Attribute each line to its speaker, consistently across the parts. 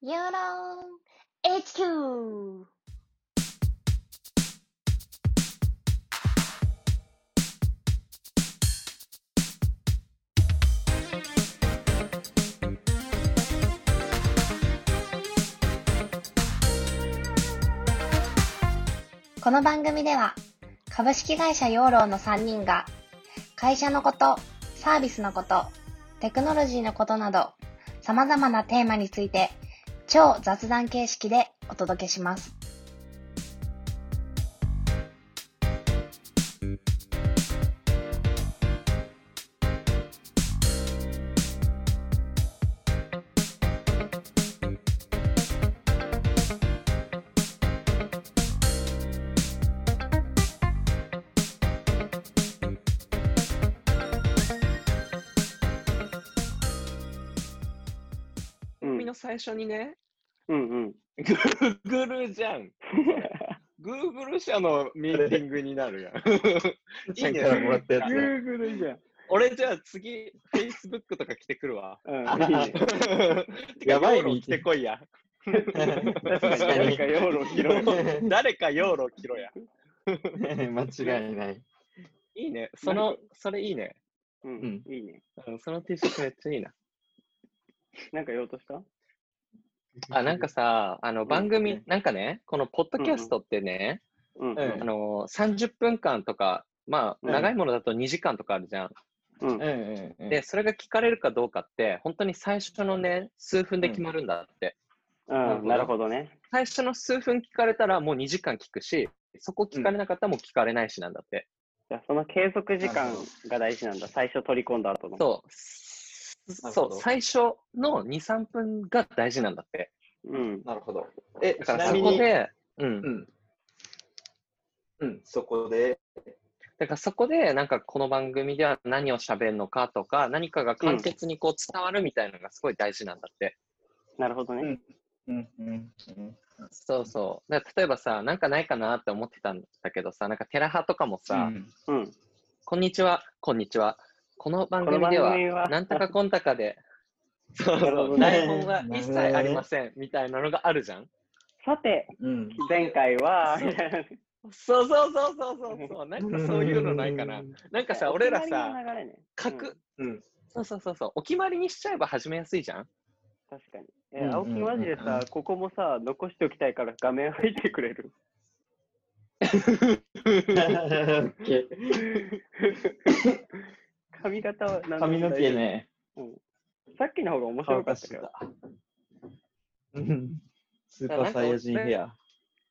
Speaker 1: ユーロン HQ! この番組では株式会社養老の3人が会社のこと、サービスのこと、テクノロジーのことなど様々なテーマについて超雑談形式でお届けします。
Speaker 2: うん
Speaker 3: みの最初にね、
Speaker 2: うんうん。
Speaker 4: Google じ ゃん。Google 社のミーティングになるやん。 いいね
Speaker 5: ちゃんからもらったやつね
Speaker 2: Google じゃん。
Speaker 4: 俺じゃあ次、Facebook とか来てくるわ。
Speaker 2: うん、いいね。
Speaker 4: や
Speaker 5: や
Speaker 4: ば
Speaker 5: ば
Speaker 4: い
Speaker 5: い
Speaker 4: に来てこいや。
Speaker 5: 確
Speaker 2: 確かに誰か用路拾う。
Speaker 4: 誰か養老来ろや。
Speaker 5: 間違いない。
Speaker 4: いいね。その、それいいね。
Speaker 2: う
Speaker 5: うんん、
Speaker 2: いいね。
Speaker 4: うんその T シャツめっちゃいいな。
Speaker 2: なんか言おうとした
Speaker 4: あ、なんかさ、あの番組、なんかね、このポッドキャストってね、
Speaker 2: うん。
Speaker 5: うん
Speaker 4: あの、30分間とか、まあ、
Speaker 2: うん
Speaker 4: 長いものだと2時間とかあるじゃん。
Speaker 2: うん
Speaker 5: うんうんうん。
Speaker 4: で、それが聞かれるかどうかって、本当に最初のね、数分で決まるんだって。
Speaker 2: うん、なるほどね。
Speaker 4: 最初の数分聞かれたらもう2時間聞くし、そこ聞かれなかったらもう聞かれないしなんだって。
Speaker 2: じゃあその継続時間が大事なんだ。最初取り込んだ後の。
Speaker 4: そう。
Speaker 5: なる
Speaker 4: そ
Speaker 5: ほど
Speaker 4: う、最初の2、3分が大事なんだって。
Speaker 2: う。うん。
Speaker 5: なるほど。
Speaker 4: え、だか
Speaker 5: ち
Speaker 4: ら
Speaker 5: な
Speaker 4: そ
Speaker 5: み
Speaker 4: こ
Speaker 5: に
Speaker 4: で、うん
Speaker 5: う。ん。うん、そこで。
Speaker 4: だからそこで、なんかこの番組では何を喋るのかとか、何かが簡潔にこう伝わるみたいなのがすごい大事なんだって。
Speaker 2: なるほどね。
Speaker 5: うんうんうん。
Speaker 4: そうそう。だから例えばさ、なんかないかなって思ってたんだけどさ、なんかテラハとかもさ、
Speaker 2: うん。
Speaker 4: こんにちは、こんにちは。この番
Speaker 2: この
Speaker 4: 組
Speaker 2: 番
Speaker 4: では、
Speaker 2: 組は、
Speaker 4: なんとかこんたかで、そう
Speaker 2: なる
Speaker 4: そ
Speaker 2: ほど
Speaker 4: う、
Speaker 2: ね
Speaker 4: 台本は一切ありません、みたいなのがあるじゃん。
Speaker 2: さて、
Speaker 5: うん。
Speaker 2: 前回は、
Speaker 4: そうそうそうそうそうそう、なんかそういうのない かな。なんかさ、俺らさ、
Speaker 2: お決まりの流れね、
Speaker 4: 書
Speaker 2: う
Speaker 4: く
Speaker 2: ん、
Speaker 5: うん。
Speaker 4: そうそうそうそう、お決まりにしちゃえば始めやすいじゃん。
Speaker 2: 確かに。え
Speaker 5: うんうんうん
Speaker 2: 青木マジでさ、ここもさ、残しておきたいから画面入ってくれる。髪型は何
Speaker 5: 髪の毛。ね。
Speaker 2: さっきの方が面白かったけど。
Speaker 5: うんスーパーサイヤ人ヘア。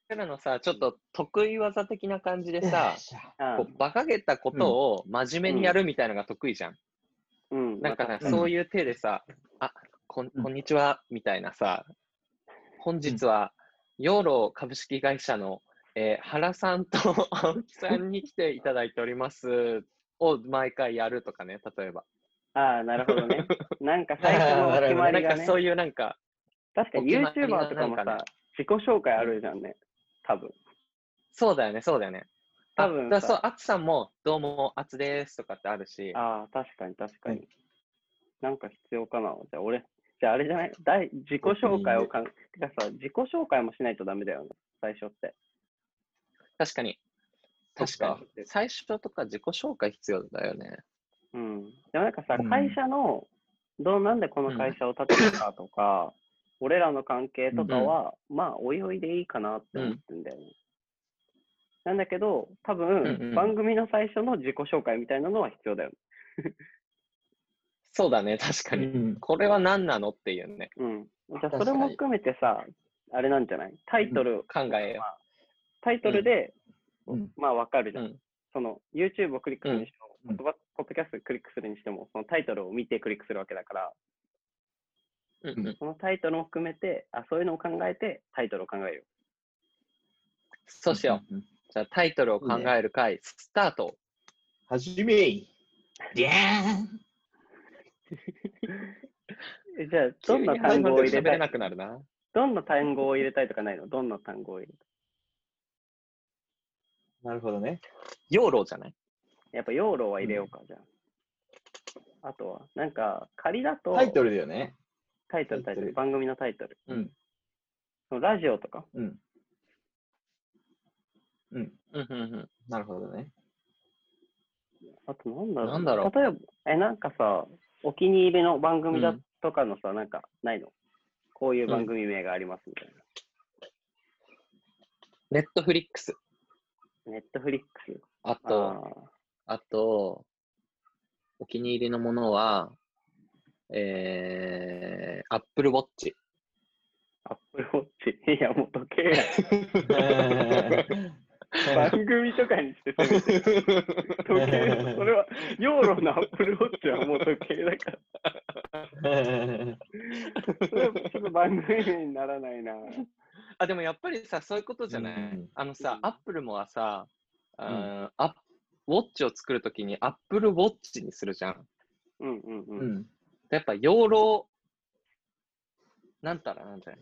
Speaker 4: 俺らのさ、ちょっと得意技的な感じでさ、
Speaker 2: あ
Speaker 4: こう馬鹿げたことを真面目にやるみたいなのが得意じゃん。
Speaker 2: うん。
Speaker 4: なんかね、
Speaker 5: うん
Speaker 4: そういう手でさ、あこんこんにちは、みたいなさ、本日は、養老株式会社の、えー原さんと青木さんに来ていただいておりますを毎回やるとかね、例えば。
Speaker 2: ああ、なるほど ね。なんか最初のお決ま
Speaker 4: な
Speaker 2: り
Speaker 4: ん
Speaker 2: が
Speaker 4: か
Speaker 2: ね。
Speaker 4: そういうなんか、
Speaker 2: 確かに
Speaker 4: お決まりが
Speaker 2: YouTuber とかも
Speaker 4: なんかね
Speaker 2: さ、自己紹介あるじゃんね。多分。
Speaker 4: そうだよね、そうだよね。あ
Speaker 2: 多分
Speaker 4: だからそう
Speaker 2: さ、
Speaker 4: あつさんも、どうも、あつですとかってあるし、
Speaker 2: ああ、確かに確か
Speaker 5: う
Speaker 2: に。なんか必要かな。じゃあ俺、じゃああれじゃない第自己紹介をかん、てかさ、自己紹介もしないとダメだよね。最初って。
Speaker 4: 確かに。
Speaker 5: そっ
Speaker 4: 確
Speaker 5: か
Speaker 4: かに。最初とか自己紹介必要だよね。
Speaker 2: うん。でもなんかさ、
Speaker 5: うん
Speaker 2: 会社の、どうなんでこの会社を建てたかとか、俺らの関係とかは、まあ、おいおいでいいかなって思ってんだよね。なんだけど、多分、
Speaker 4: うんうん
Speaker 2: 番組の最初の自己紹介みたいなのは必要だよね。
Speaker 4: そうだね、確か
Speaker 5: う
Speaker 4: に。
Speaker 5: ん。
Speaker 4: これは何なのっていうね、
Speaker 2: うん。じゃあ、
Speaker 5: 確か
Speaker 2: そ
Speaker 5: に
Speaker 2: れも含めてさ、あれなんじゃないタイトル、
Speaker 4: 考えよ
Speaker 2: タイトルで、
Speaker 5: うん
Speaker 2: まあ、わかるじ
Speaker 4: う。
Speaker 2: ゃ。
Speaker 4: うんん
Speaker 2: その、YouTube をクリックするにしても、
Speaker 5: うん
Speaker 2: 言葉ポッドキャストクリックするにしても、そのタイトルを見てクリックするわけだから、
Speaker 4: うんうん、
Speaker 2: そのタイトルも含めて、あ、そういうのを考えて、タイトルを考えよう。
Speaker 4: そうしよう。
Speaker 5: う。
Speaker 4: じゃあタイトルを考える回、スタート。
Speaker 5: はじめりゃーん
Speaker 2: えじゃあ、どんな単語を入れ
Speaker 4: 喋
Speaker 2: た
Speaker 4: れ
Speaker 2: い
Speaker 4: なくなるな。
Speaker 2: どんな単語を入れたいとかないのどんな単語を入れたい
Speaker 5: なるほどね。
Speaker 4: 養老じゃない
Speaker 2: やっぱ、養老は入れようか、じゃあ。あとは、なんか、仮だと、
Speaker 5: タイトルだよね。
Speaker 2: タイトル、タイト
Speaker 5: タイト
Speaker 2: ル、
Speaker 5: ル
Speaker 2: 番組のタイトル。
Speaker 5: うん。
Speaker 2: そのラジオとか、
Speaker 3: うん。うん。
Speaker 4: うんうんうん。
Speaker 3: なるほどね。
Speaker 2: あとなんだろう。
Speaker 4: なんだろう
Speaker 2: 例えば、え、なんかさ、お気に入りの番組だとかのさ、なんかないのこういう番組名がありますみたい
Speaker 4: ネットフリックス。
Speaker 2: な。ネットフリックス。
Speaker 4: あ
Speaker 2: あ
Speaker 4: と、あと、お気に入りのものは、えー、Apple Watch。
Speaker 2: アップルウォッチ。いや、もう時計や。 番
Speaker 4: え
Speaker 2: 組とかにしてせめて時計、それは、ヨーロのアップルウォッチはもう時計だから、それはちょっと番組名にならないな。
Speaker 4: あ、でもやっぱりさ、そういうことじゃない、
Speaker 3: うん
Speaker 4: あの
Speaker 2: う
Speaker 4: さ
Speaker 2: ん、
Speaker 4: Apple もはさ、うん、あウォッチを作るときに Apple Watch にするじゃん。
Speaker 2: うんうんうん。
Speaker 3: うん。
Speaker 4: やっぱ養老、なんたらなんじゃない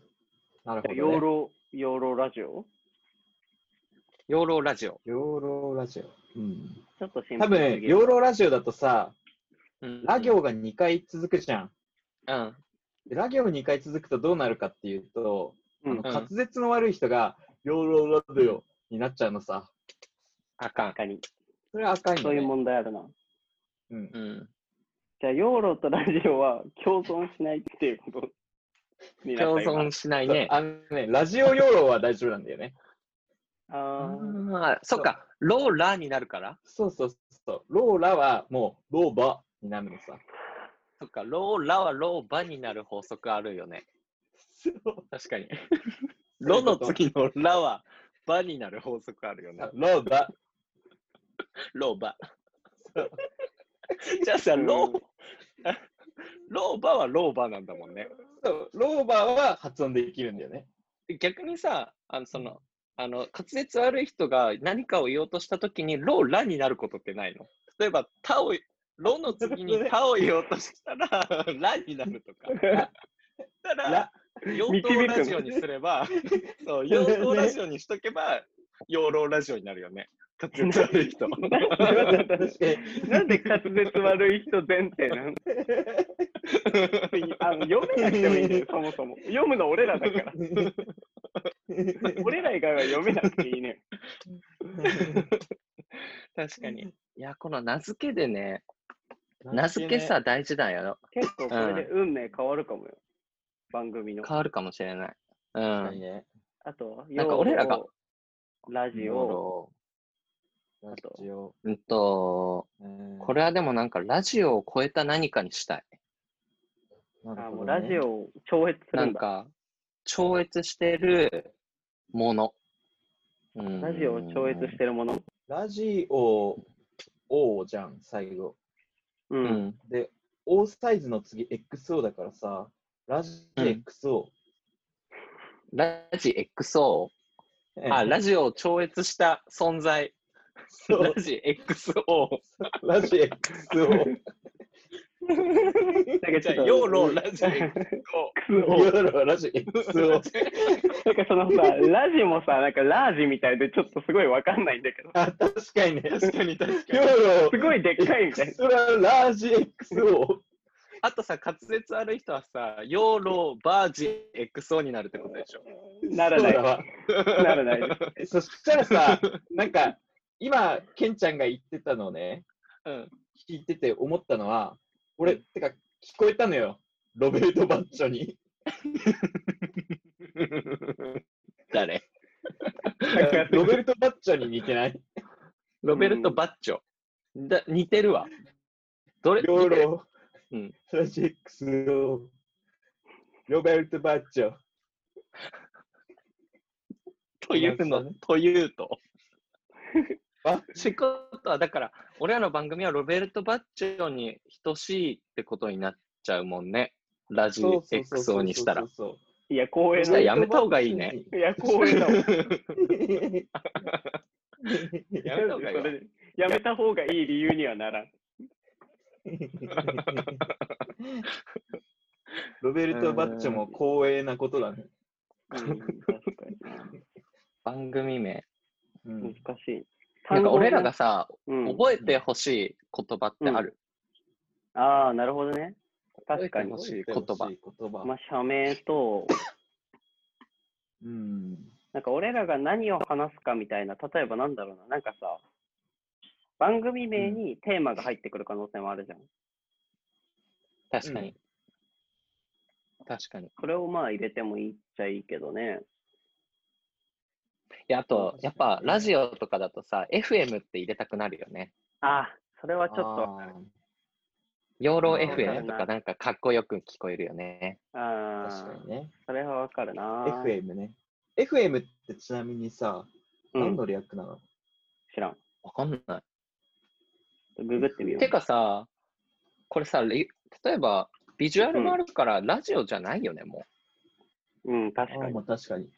Speaker 3: なるほど、ね。
Speaker 2: 養老、養老ラジオ
Speaker 4: 養老ラジオ。
Speaker 3: 養老ラジオ。うん。
Speaker 2: ちょっと心
Speaker 3: 多分、養老ラジオだとさ、
Speaker 4: うん
Speaker 3: ラ行が2回続くじゃん。
Speaker 4: うん。
Speaker 3: でラ行2回続くとどうなるかっていうと、
Speaker 2: うん
Speaker 3: あの滑舌の悪い人が、養老ラジオになっちゃうのさ。
Speaker 4: あかん。
Speaker 2: 中に。
Speaker 3: それは赤いよね。
Speaker 2: そういう問題あるな。
Speaker 3: う
Speaker 4: う
Speaker 3: ん
Speaker 4: ん。
Speaker 2: じゃあ、養老とラジオは共存しないっていうことになっ
Speaker 4: 共
Speaker 2: た今
Speaker 4: 存しないね。
Speaker 3: あのね、ラジオ養老は大丈夫なんだよね。
Speaker 4: あ
Speaker 2: あー
Speaker 4: ーそっか。ローラーになるから。
Speaker 3: そうそうそう。ローラはもう、ローバになるのさ。
Speaker 4: そっか。ローラはローバになる法則あるよね。
Speaker 3: そう。
Speaker 4: 確かに。
Speaker 3: そうい
Speaker 4: ロ
Speaker 3: うこ
Speaker 4: の
Speaker 3: と
Speaker 4: 次のラはバになる法則あるよね。
Speaker 3: ローバ。
Speaker 4: ローバ
Speaker 3: そう。
Speaker 4: じゃあさ、
Speaker 2: うん
Speaker 4: ロー、ローバはローバなんだもんね。
Speaker 3: そう。ローバは発音できるんだよね。
Speaker 4: 逆にさ、あの、その、あの、滑舌悪い人が何かを言おうとしたときに、ローラになることってないの例えば、タを、ロの次 にタを言おうとしたら、ラになると か。たら、養老ラジオにすれ ば、そう、養老ラジオにしとけば、養老ラジオになるよね。滑舌悪い 人。
Speaker 2: なんで滑舌悪い人前提なのあの読めなくてもいいんだよ、そもそも。読むの俺らだから。俺ら以外は読めなくていいね。
Speaker 4: 確かに。いや、この名付けでね、名付けさ、大事だよ。
Speaker 2: 結構これで運命変わるかもよ。番組の。
Speaker 4: 変わるかもしれない。うん。
Speaker 3: ね。
Speaker 2: あとは、
Speaker 4: なんか俺らが
Speaker 2: 養老ラジ
Speaker 4: 養
Speaker 2: オ、
Speaker 4: 老
Speaker 3: ラジオ。
Speaker 4: うんと、こ
Speaker 3: これ、
Speaker 4: れはでもなんかラジオを超えた何かにしたい。
Speaker 3: なる
Speaker 2: あ
Speaker 3: ほ
Speaker 2: も
Speaker 3: ど
Speaker 2: う
Speaker 3: ね
Speaker 2: ラジオ。を超越す
Speaker 4: な
Speaker 2: る
Speaker 4: ん
Speaker 2: んだ。
Speaker 4: か、超越してるもの。うん
Speaker 2: ラジオを超越してるもの。
Speaker 3: ラジオ、O じゃん、最後。
Speaker 2: う。
Speaker 4: うんん。
Speaker 3: で、O サイズの次、XO だからさ、ラジオ
Speaker 4: うん
Speaker 3: XO。
Speaker 4: ラジ XO? あ、ラジオを超越した存在。
Speaker 3: そう
Speaker 4: ラジ XO。
Speaker 3: ラジエックスを。
Speaker 2: なんかち
Speaker 4: じ
Speaker 2: ょ
Speaker 4: ゃ
Speaker 2: っ
Speaker 4: あ、
Speaker 2: と
Speaker 4: 養老ラジ XO。
Speaker 3: 夜はラジエックスを。
Speaker 2: なんかそのさ、ラジもさ、なんかラージみたいでちょっとすごいわかんないんだけど、
Speaker 3: あ、確かにね。
Speaker 4: 確かに確かに。
Speaker 3: 夜を
Speaker 2: すごいでっかいみたいな。
Speaker 3: それはラジエックスを。
Speaker 4: あとさ、滑舌悪い人はさ、養老バージ XO になるってことでしょ。
Speaker 2: ならない
Speaker 3: そうだわ
Speaker 2: ならないです。
Speaker 3: そしたらさ、なんか、今、ケンちゃんが言ってたのをね、
Speaker 4: うん。
Speaker 3: 聞いてて思ったのは、俺、てか、聞こえたのよ。ロベルト・バッチョに。
Speaker 4: 誰
Speaker 3: ロベルト・バッチョに似てない
Speaker 4: ロベルト・バッチョ。だ似てるわ。どれ
Speaker 3: 養老
Speaker 4: うん、
Speaker 3: ラジエックスを。ロベルト・バッチョ。
Speaker 4: という
Speaker 3: 同じだ
Speaker 4: の
Speaker 3: ね、
Speaker 4: という と。
Speaker 3: あ
Speaker 4: 仕事は、だから、俺らの番組はロベルト・バッチョに等しいってことになっちゃうもんね。ラジ
Speaker 3: そうそうそうそう
Speaker 4: XO にしたら。。
Speaker 2: いや、光栄
Speaker 4: そした
Speaker 2: だ。
Speaker 4: ら
Speaker 2: い
Speaker 4: やめた方がいいね。
Speaker 2: や、光栄だもん。
Speaker 4: やめた方がいいわ
Speaker 2: それでやめた方がいい理由にはならん。
Speaker 3: ロベルト・バッチョも光栄なことだね。
Speaker 2: うん、確か
Speaker 4: 番組名。
Speaker 3: う
Speaker 2: に。難
Speaker 3: ん、
Speaker 2: しい。
Speaker 4: なんか俺らが
Speaker 2: 単
Speaker 4: さ、
Speaker 2: 語ね、うん
Speaker 4: 覚えてほしい言葉ってある。
Speaker 2: ああ、なるほどね。確か
Speaker 4: 覚えて
Speaker 2: に
Speaker 4: ほ。しい言葉
Speaker 3: 言葉
Speaker 2: まあ、社名と、
Speaker 3: うん。
Speaker 2: なんか俺らが何を話すかみたいな、例えばなんだろうな、なんかさ、番組名にテーマが入ってくる可能性もあるじゃん。
Speaker 4: 確かに。確かに。
Speaker 2: それをまあ入れてもいいっちゃいいけどね。
Speaker 4: で、あと
Speaker 3: そう、
Speaker 4: やっぱラジオとかだとさ、FM って入れたくなるよね。
Speaker 2: ああ、それはちょっとわかる。
Speaker 3: あ
Speaker 4: 養老
Speaker 3: うん
Speaker 4: FM とかなんかかっこよく聞こえるよね。
Speaker 3: ー
Speaker 2: あ
Speaker 3: 確か
Speaker 2: あ、
Speaker 3: にね。
Speaker 2: それはわかるな。
Speaker 3: FM ね。FM ってちなみにさ、
Speaker 2: う
Speaker 3: 何
Speaker 2: ん、
Speaker 3: の略なの
Speaker 2: 知らん。
Speaker 4: わかんない。
Speaker 2: ググってみよ
Speaker 4: てかさ、これさ、レ例えばビジュアルもあるから、ラジオじゃないよね、も
Speaker 2: う。うん、確
Speaker 3: あ
Speaker 2: か
Speaker 3: あ、
Speaker 2: に
Speaker 3: ま。あ確かに。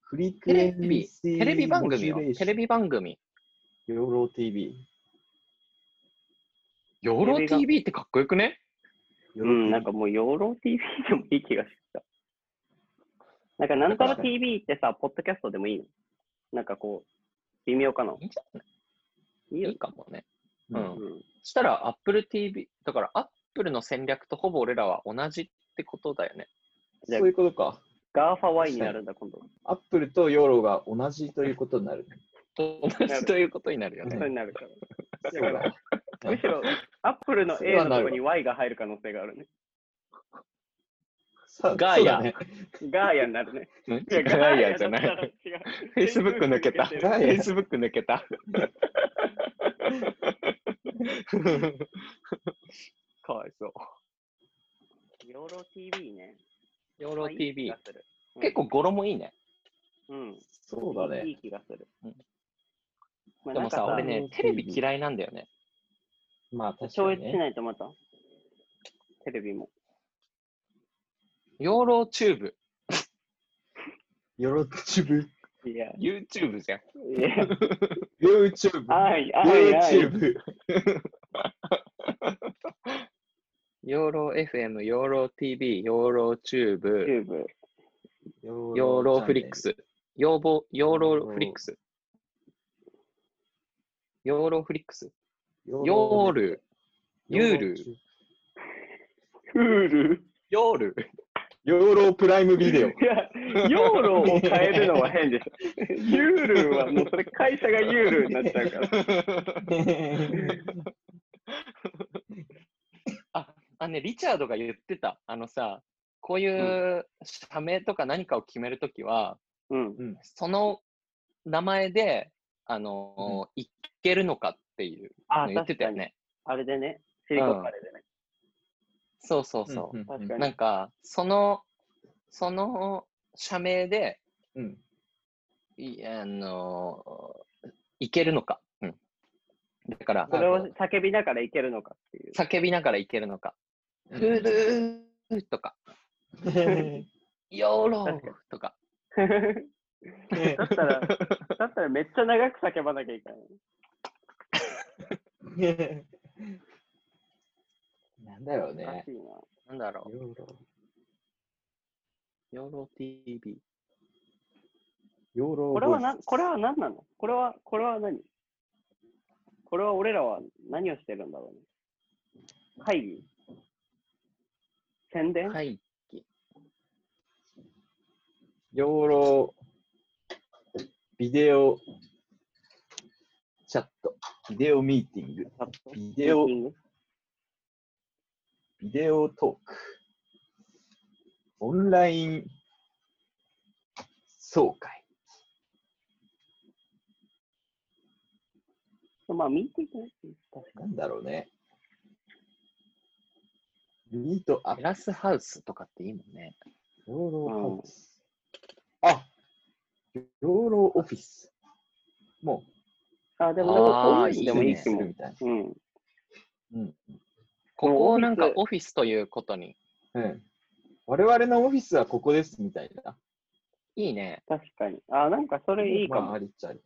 Speaker 3: フリ
Speaker 4: う。テ
Speaker 3: クエ
Speaker 4: レ
Speaker 3: ン
Speaker 4: ビ、
Speaker 3: シー
Speaker 4: テレビ番組よ
Speaker 3: モジュレー。ショ
Speaker 4: テレ
Speaker 3: ン
Speaker 4: ビ番組。
Speaker 3: 養老 TV。
Speaker 4: 養老
Speaker 2: テレビが
Speaker 4: TV ってかっこよくね
Speaker 3: 養
Speaker 2: う
Speaker 3: 老
Speaker 2: ん、なん
Speaker 3: TV
Speaker 2: かもう養老 TV でもいい気がしてきた。なんかなんと
Speaker 4: だ
Speaker 2: か
Speaker 4: から
Speaker 2: TV ってさ、ポッドキャストでもいいのなんかこう、微妙かない
Speaker 4: いんじゃない
Speaker 2: い
Speaker 4: い
Speaker 2: よ
Speaker 4: い。かもね。
Speaker 3: う
Speaker 4: うんん。
Speaker 2: うん、
Speaker 4: したら Apple TV、だから Apple の戦略とほぼ俺らは同じってことだよ ね。
Speaker 2: じゃあ
Speaker 3: そういうことか。
Speaker 2: ガーファ Y になるんだ、今度。
Speaker 3: アップルと養老が同じということにな る。
Speaker 4: 同じということになるよね
Speaker 2: そう。になるから。
Speaker 3: そ
Speaker 2: だ
Speaker 3: う
Speaker 2: から
Speaker 3: だ。
Speaker 2: むしろ、アップルの
Speaker 3: それ
Speaker 2: A
Speaker 3: は
Speaker 2: の
Speaker 3: な
Speaker 2: と
Speaker 3: る
Speaker 2: こ
Speaker 3: わ
Speaker 2: に Y が入る可能性があるね。
Speaker 3: さ
Speaker 4: ガーヤ
Speaker 3: そうだね
Speaker 2: ガーヤになるね。
Speaker 4: うん
Speaker 2: いや
Speaker 4: 違うやじゃな
Speaker 2: ガーヤだっ
Speaker 4: い。
Speaker 2: たら違う
Speaker 4: Facebook 抜けた。
Speaker 3: ガーヤ
Speaker 4: Facebook 抜けた。 かわいそう。
Speaker 2: 養老 TV ね。
Speaker 4: 養老
Speaker 2: まあいい気
Speaker 4: TV
Speaker 2: が。する
Speaker 4: 結構語呂もいいね。
Speaker 2: うん。
Speaker 3: そうだ
Speaker 2: い
Speaker 3: ね。
Speaker 2: い気がする。
Speaker 4: うん
Speaker 2: まあ
Speaker 4: でもさ、
Speaker 2: なんか
Speaker 4: 俺ね、テレビ嫌いなんだよね。
Speaker 3: まあ確
Speaker 2: 超
Speaker 3: か
Speaker 2: 越
Speaker 3: に
Speaker 2: し
Speaker 3: ね。
Speaker 2: ないとまた。テレビも。
Speaker 4: 養老チューブ、
Speaker 3: よろちぶ。
Speaker 2: いや、
Speaker 4: YouTube じゃん。
Speaker 2: いや、
Speaker 3: YouTube。
Speaker 2: あい、あい、あい。
Speaker 3: YouTube。
Speaker 4: 養老 FM、養老 TV、養老チューブ、
Speaker 2: YouTube。
Speaker 4: 養老フリック。ス、養老養老フリックス。養老フリックス。
Speaker 3: 養
Speaker 4: ヨール、ユール、。
Speaker 2: Hulu。
Speaker 4: ヨール。
Speaker 3: 養老プライムビデオ。
Speaker 2: いや、養老を変えるのは変でしょ。ユールはもうそれ会社がユールになっちゃうから。
Speaker 4: あ、ね、リチャードが言ってた。あのさ、こういう社名とか何かを決めるときは、
Speaker 2: うん。
Speaker 4: その名前で、あのー、いけるのかっていう
Speaker 2: あ
Speaker 4: の言ってたよ。ね。
Speaker 2: あれでね。シリコンバレーでね。
Speaker 4: そうそうそう。
Speaker 3: ん
Speaker 2: 確かに
Speaker 4: なんか、その、その社名で、
Speaker 3: うん。
Speaker 4: いあのー、いけるのか。うん。だから、
Speaker 2: それを叫びながらいけるのかっていう。
Speaker 4: 叫びながらいけるのか。
Speaker 3: う
Speaker 4: フ
Speaker 3: ん
Speaker 4: ルーとか、ヨーローとか。
Speaker 2: だったら、だったらめっちゃ長く叫ばなきゃいけない。
Speaker 3: なんだろう
Speaker 2: おか
Speaker 3: ね
Speaker 2: し。いな。
Speaker 4: なんだろ
Speaker 3: 養老
Speaker 4: う。ヨーロー TV。
Speaker 3: 養老
Speaker 2: これはな、これは何なのこれは、これは何これは俺らは何をしてるんだろうね。会議宣伝、
Speaker 4: はい。
Speaker 3: 養老ビデオチャット、ビデオミーティング、
Speaker 2: チャット
Speaker 3: ビデオ
Speaker 2: ミーティング
Speaker 3: ビデオトーク、オンライン総会。
Speaker 2: まあ、ミーティングね確か
Speaker 3: なんだろうね。ミートアッ
Speaker 4: テ
Speaker 3: プ、
Speaker 4: ラスハウスとかっていいもんね。
Speaker 3: 養老ハウス。あ養老オフィス。も
Speaker 2: に。あ、でも、オフ
Speaker 4: あー
Speaker 2: ィ
Speaker 3: う、
Speaker 2: スでもいい
Speaker 4: ね
Speaker 2: 気も。
Speaker 3: みたい
Speaker 2: うん。
Speaker 3: な。うん
Speaker 4: ここ
Speaker 2: オフ
Speaker 4: を
Speaker 2: ィス
Speaker 4: なんかオフィスということに。
Speaker 3: うん。我々のオフィスはここですみたいな。
Speaker 4: いいね。
Speaker 2: 確かに。あ、なんかそれいいか
Speaker 3: まあ、
Speaker 2: も。
Speaker 3: ありっちゃあり。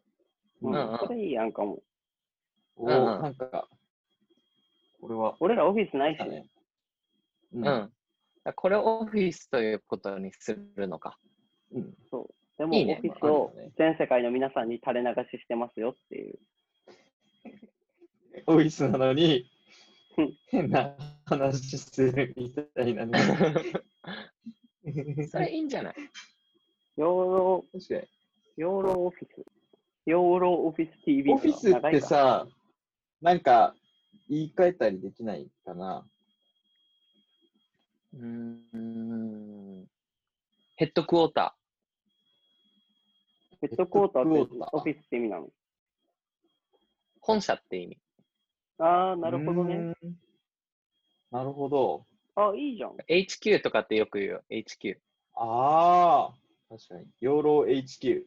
Speaker 2: うん
Speaker 4: うんうん
Speaker 2: それいいやんかも。
Speaker 3: お
Speaker 4: うん
Speaker 3: ー
Speaker 4: うん
Speaker 3: なんか、これは、
Speaker 2: 俺らオフィスないし
Speaker 3: だ
Speaker 2: ね。
Speaker 3: ね。う
Speaker 4: うん。。これをオフィスということにするの か。
Speaker 3: うん。
Speaker 2: でも、
Speaker 4: いい
Speaker 2: オ
Speaker 4: ね
Speaker 2: フィス
Speaker 3: まあ
Speaker 2: を
Speaker 3: あるよね
Speaker 2: 全世界の皆さんに垂れ流ししてますよっていう。
Speaker 3: オフィスなのに
Speaker 2: うん、
Speaker 3: 変な 話するみたいなね。
Speaker 4: それいいんじゃない
Speaker 2: 養老、
Speaker 3: 確かに。
Speaker 2: 養老オフィス。養老オフィス TV
Speaker 3: オフィスって、さ、なんか、言い換えたりできないかな。
Speaker 4: うーん。ヘッドクォータ
Speaker 2: ペットコーターっ
Speaker 3: ペ
Speaker 2: て
Speaker 3: ットクォーター
Speaker 2: オフィスって意味なの。
Speaker 4: ー、本社って意味。
Speaker 2: ああ、なるほどね。
Speaker 3: うーん。なるほど。
Speaker 2: あいいじゃん。
Speaker 4: HQ とかってよく言うよ、HQ。
Speaker 3: ああ、確かに。養老 HQ。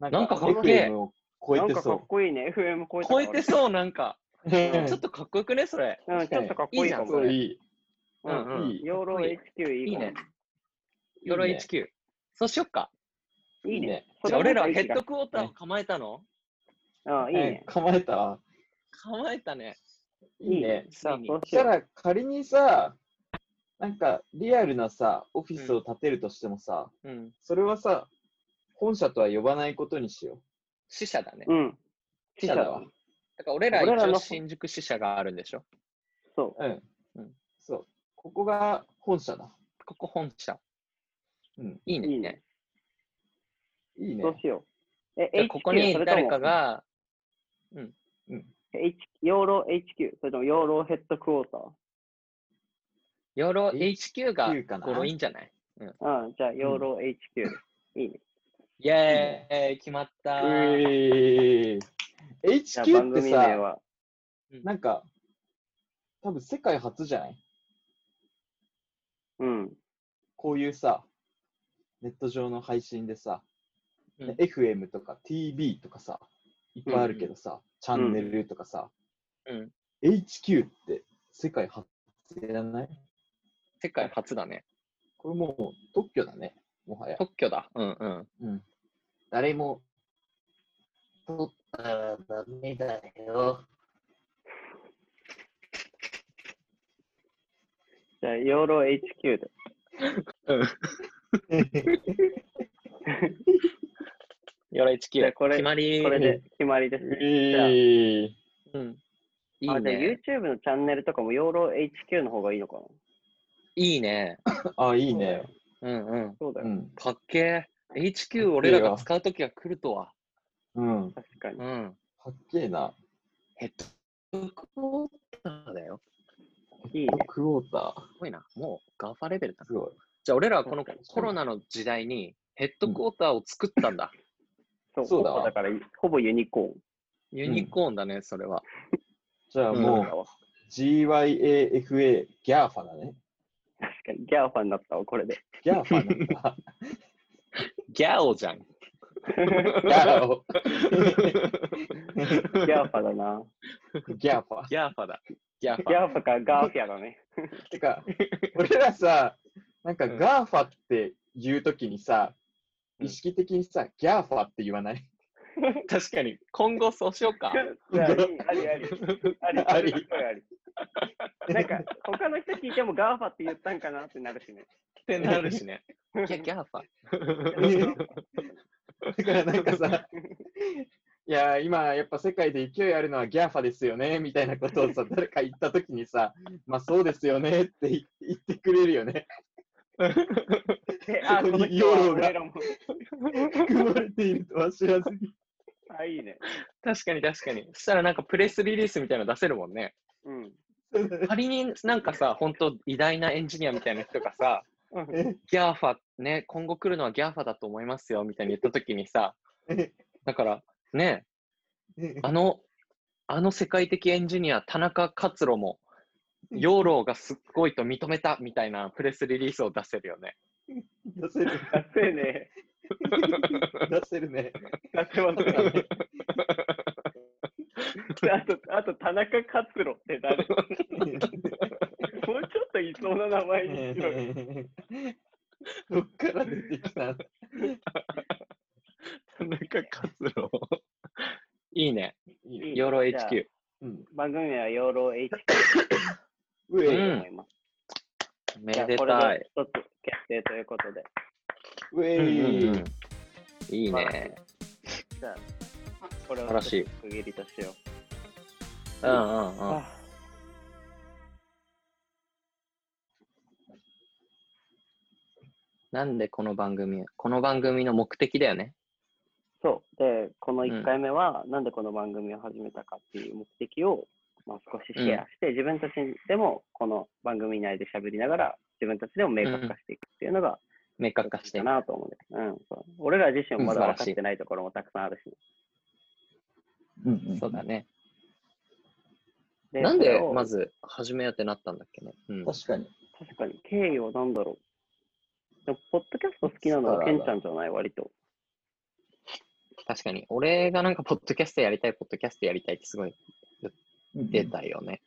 Speaker 3: な
Speaker 4: なんかかっけえ
Speaker 3: FM を超え
Speaker 2: なん
Speaker 3: て
Speaker 2: かか
Speaker 3: そ
Speaker 2: っこいいね。FM 超えたか
Speaker 4: 超
Speaker 2: ら
Speaker 4: えてそう、なんか。
Speaker 3: う。
Speaker 4: ちょっとかっこよくね、それ。
Speaker 2: うん、ちょっとかっこいいか
Speaker 3: かっ
Speaker 2: も
Speaker 3: こ
Speaker 2: ね。
Speaker 3: いい。
Speaker 4: うんうん
Speaker 3: いい。
Speaker 2: 養老
Speaker 4: かっこいい
Speaker 2: HQ いい
Speaker 4: いい
Speaker 2: かも
Speaker 4: ね。ヨロ
Speaker 3: いいね
Speaker 4: HQ。そうしよっか。
Speaker 2: いいね。。
Speaker 4: じゃあ俺ら
Speaker 2: そ
Speaker 4: ヘ
Speaker 2: れもいい
Speaker 4: ッ
Speaker 2: か
Speaker 4: ドクォーターを構えたの
Speaker 2: ああ、いいね。
Speaker 3: 構えた
Speaker 4: 構えたね。
Speaker 3: いいね。
Speaker 2: さあ、そう
Speaker 3: そし
Speaker 2: しよ
Speaker 3: た
Speaker 2: う。
Speaker 3: ら仮にさ、なんかリアルなさ、オフィスを建てるとしてもさ、
Speaker 4: うん。
Speaker 3: それはさ、本社とは呼ばないことにしよ
Speaker 4: 死者だね。
Speaker 2: うん。
Speaker 3: う。記者だわ。
Speaker 4: だから俺ら
Speaker 2: 俺ら
Speaker 4: 一応
Speaker 2: の
Speaker 4: 新宿支社があるんでしょ
Speaker 2: そ。
Speaker 3: うん。
Speaker 4: うん
Speaker 3: そう。ここが本社だ。
Speaker 4: ここ本社。
Speaker 3: うん。
Speaker 4: いいうね。
Speaker 2: いいね。
Speaker 3: いいね
Speaker 2: そ。うしよう。え
Speaker 4: じゃあここに誰か、が、
Speaker 2: それとも H 養老 HQ、それとも養老ヘッドクォータ
Speaker 4: ヨロ HQ が
Speaker 3: HQ かな
Speaker 4: ゴロいいんじゃない
Speaker 2: ー。うん、じゃあ養老 HQ で。いいね。
Speaker 4: イェーイ決まった
Speaker 3: う
Speaker 4: ー。
Speaker 3: えー、
Speaker 2: じゃあ番
Speaker 3: HQ って
Speaker 2: 組名
Speaker 3: さ、
Speaker 2: は、
Speaker 3: なんか、多分世界初じゃない
Speaker 2: うん。
Speaker 3: こういうさ、ネット上の配信でさ、
Speaker 4: うん
Speaker 3: ね FM とか TV とかさ、いっぱいあるけどさ、チャンネルとかさ、
Speaker 4: うん。
Speaker 3: HQ って世界初じゃない
Speaker 4: 世界初だね。
Speaker 3: これもう特許だね、もはや。
Speaker 4: 特許だ。うんうん。
Speaker 3: うん、誰も
Speaker 6: 取ったらダメだよ。
Speaker 2: じゃあ養老 HQ で。
Speaker 4: ヨロ HQ。
Speaker 2: じゃあこれ
Speaker 4: 決まりー
Speaker 2: これで決まりですね。
Speaker 3: えー、
Speaker 4: うん。いい
Speaker 2: あ、じゃあ
Speaker 4: ね。
Speaker 2: YouTube のチャンネルとかも養老 HQ の方がいいのかな。
Speaker 4: いいね。
Speaker 3: あ、いいね。
Speaker 4: うんうん。
Speaker 2: そうだ
Speaker 3: う
Speaker 2: よ。
Speaker 3: ん。
Speaker 4: かっけー。HQ 俺らが使うときが来るとは。
Speaker 3: うん。か
Speaker 2: 確かに。
Speaker 4: うん。
Speaker 3: っけえな。
Speaker 4: ヘッドクォーターだよ。
Speaker 2: いいね。
Speaker 3: クォータ
Speaker 4: すごいな。もうガーファレベルだ
Speaker 3: ー。
Speaker 4: な
Speaker 3: す。ごい。
Speaker 4: じゃあ俺らはこの
Speaker 3: 確かに
Speaker 4: コロナの時代にヘッドクォーターを作ったんだ。
Speaker 2: そう
Speaker 3: そうだわ
Speaker 2: ほぼから、ほぼユニコーン。
Speaker 4: ユニコーンだね、それは。
Speaker 3: じゃあ
Speaker 4: うん
Speaker 3: もう、GYAFA、ギャーファだね。
Speaker 2: 確かに、ギャーファになったわ、これで。
Speaker 3: ギャーファなん だ。
Speaker 4: ギャオじゃん。
Speaker 3: ギャーを
Speaker 2: ギャーファだな。
Speaker 3: ギャーファ。
Speaker 4: ギャーファだ。ギャーフ
Speaker 2: ギ
Speaker 4: ァ。
Speaker 2: ャーファかガーフィアだね。
Speaker 3: てか、俺らさ、なんか
Speaker 4: うん
Speaker 3: ガーファって言うときにさ、
Speaker 4: うん
Speaker 3: 意識的にさ、ギャーファって言わない。
Speaker 4: 確かに、今後そうしようか。
Speaker 2: じゃあ、いいありあり。ありあ
Speaker 3: あ
Speaker 2: り
Speaker 3: り。
Speaker 2: ありなんか、他の人聞いてもガーファって言ったんかなってなるしね。
Speaker 4: ってなるしね。ギャギャーファ。
Speaker 3: だからなん かさ、いやー、今やっぱ世界で勢いあるのはギャーファですよね、みたいなこと をさ、誰か言ったときにさ、まあそうですよねって言言ってくれる よね。
Speaker 2: で、あ、
Speaker 3: そ
Speaker 2: こ
Speaker 3: こ
Speaker 2: の
Speaker 3: に
Speaker 2: 人は
Speaker 3: 養老が
Speaker 2: 俺らも。
Speaker 3: 含まれているとは知らずに。
Speaker 2: あ、いいね。
Speaker 4: 確かに確かに。そしたらなんかプレスリリースみたいなの出せるもんね。
Speaker 2: うん。
Speaker 4: 仮になんかさ、本当偉大なエンジニアみたいな人がさ、ギャーファ、ね、今後来るのはギャーファだと思いますよ、みたいに言ったときにさ、だから、ね、あの、あの世界的エンジニア、田中勝郎も、養老がすっごいと認めたみたいなプレスリリースを出せるよね。
Speaker 3: 出せる、
Speaker 2: 出せね。
Speaker 3: 出せ るね。
Speaker 2: 出せますね。あと、あと、田中勝郎って誰もうちょっといそうな名前にしろよ。
Speaker 3: どっから出てきた
Speaker 4: 田中勝郎。いいね。
Speaker 3: い
Speaker 2: い
Speaker 3: い
Speaker 2: い
Speaker 3: ね
Speaker 4: 養老
Speaker 2: じゃあ
Speaker 4: HQ。
Speaker 3: うん。
Speaker 2: 番組は養老 HQ
Speaker 3: う
Speaker 2: だと
Speaker 3: え、
Speaker 2: 思います。
Speaker 4: め
Speaker 2: じゃあ
Speaker 4: で
Speaker 2: これ
Speaker 4: たい
Speaker 2: で。一つ決定ということで。
Speaker 4: う
Speaker 3: う
Speaker 4: んうんう
Speaker 3: え
Speaker 4: ん、いい
Speaker 2: 素晴らし
Speaker 4: ね。
Speaker 2: じゃあ、これを
Speaker 4: 晴らしい
Speaker 2: ちょっと区切りとしよ
Speaker 4: うんうん
Speaker 2: う。
Speaker 4: うん。
Speaker 2: あ
Speaker 4: なんでこの番組この番組の目的だよね。
Speaker 2: そう。で、この1回目は、なんでこの番組を始めたかっていう目的を、まあ、少しシェアして、自分たちでも、この番組内で喋りながら、自分たちでも明確化していくっていうのが、
Speaker 4: 明確化して
Speaker 2: か。なと思うんだけど、うんそう俺ら自身もまだ
Speaker 4: うん素晴らし
Speaker 2: 分
Speaker 4: い
Speaker 2: かってないところもたくさんあるし。
Speaker 3: うんうん。
Speaker 4: そうだね。
Speaker 2: で
Speaker 4: なん
Speaker 2: そ
Speaker 4: で
Speaker 2: れを
Speaker 4: まず始めようってなったんだっけね。うん、
Speaker 3: 確かに。
Speaker 2: 確かに、経緯は何だろう。でも、ポッドキャスト好きなのはケンちゃんじゃない、割と。
Speaker 4: 確かに。俺がなんか、ポッドキャストやりたい、ポッドキャストやりたいってすごい出たよね。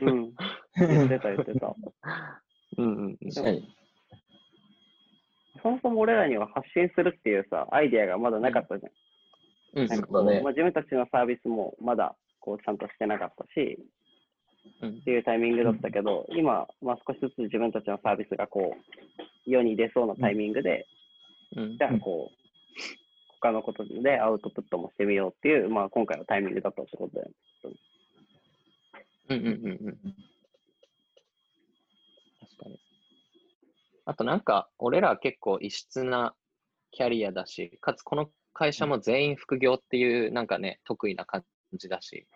Speaker 2: うん。言ってた、言って た。
Speaker 4: うんうんうん。
Speaker 3: 確かに。
Speaker 2: そもそも俺らには発信するっていうさ、アイディアがまだなかったじゃん。
Speaker 4: うん
Speaker 2: なんか
Speaker 3: そうだね
Speaker 2: まあ、自分たちのサービスもまだこうちゃんとしてなかったし、
Speaker 4: うん
Speaker 2: っていうタイミングだったけど、今、まあ、少しずつ自分たちのサービスがこう世に出そうなタイミングで、
Speaker 4: うん
Speaker 2: じゃあこう、他のことでアウトプットもしてみようっていう、まあ、今回のタイミングだったってことだよね。
Speaker 4: うんうんうんうん。確かに。あとなんか、俺ら結構異質なキャリアだし、かつこの会社も全員副業っていうなんかね、得意な感じだし、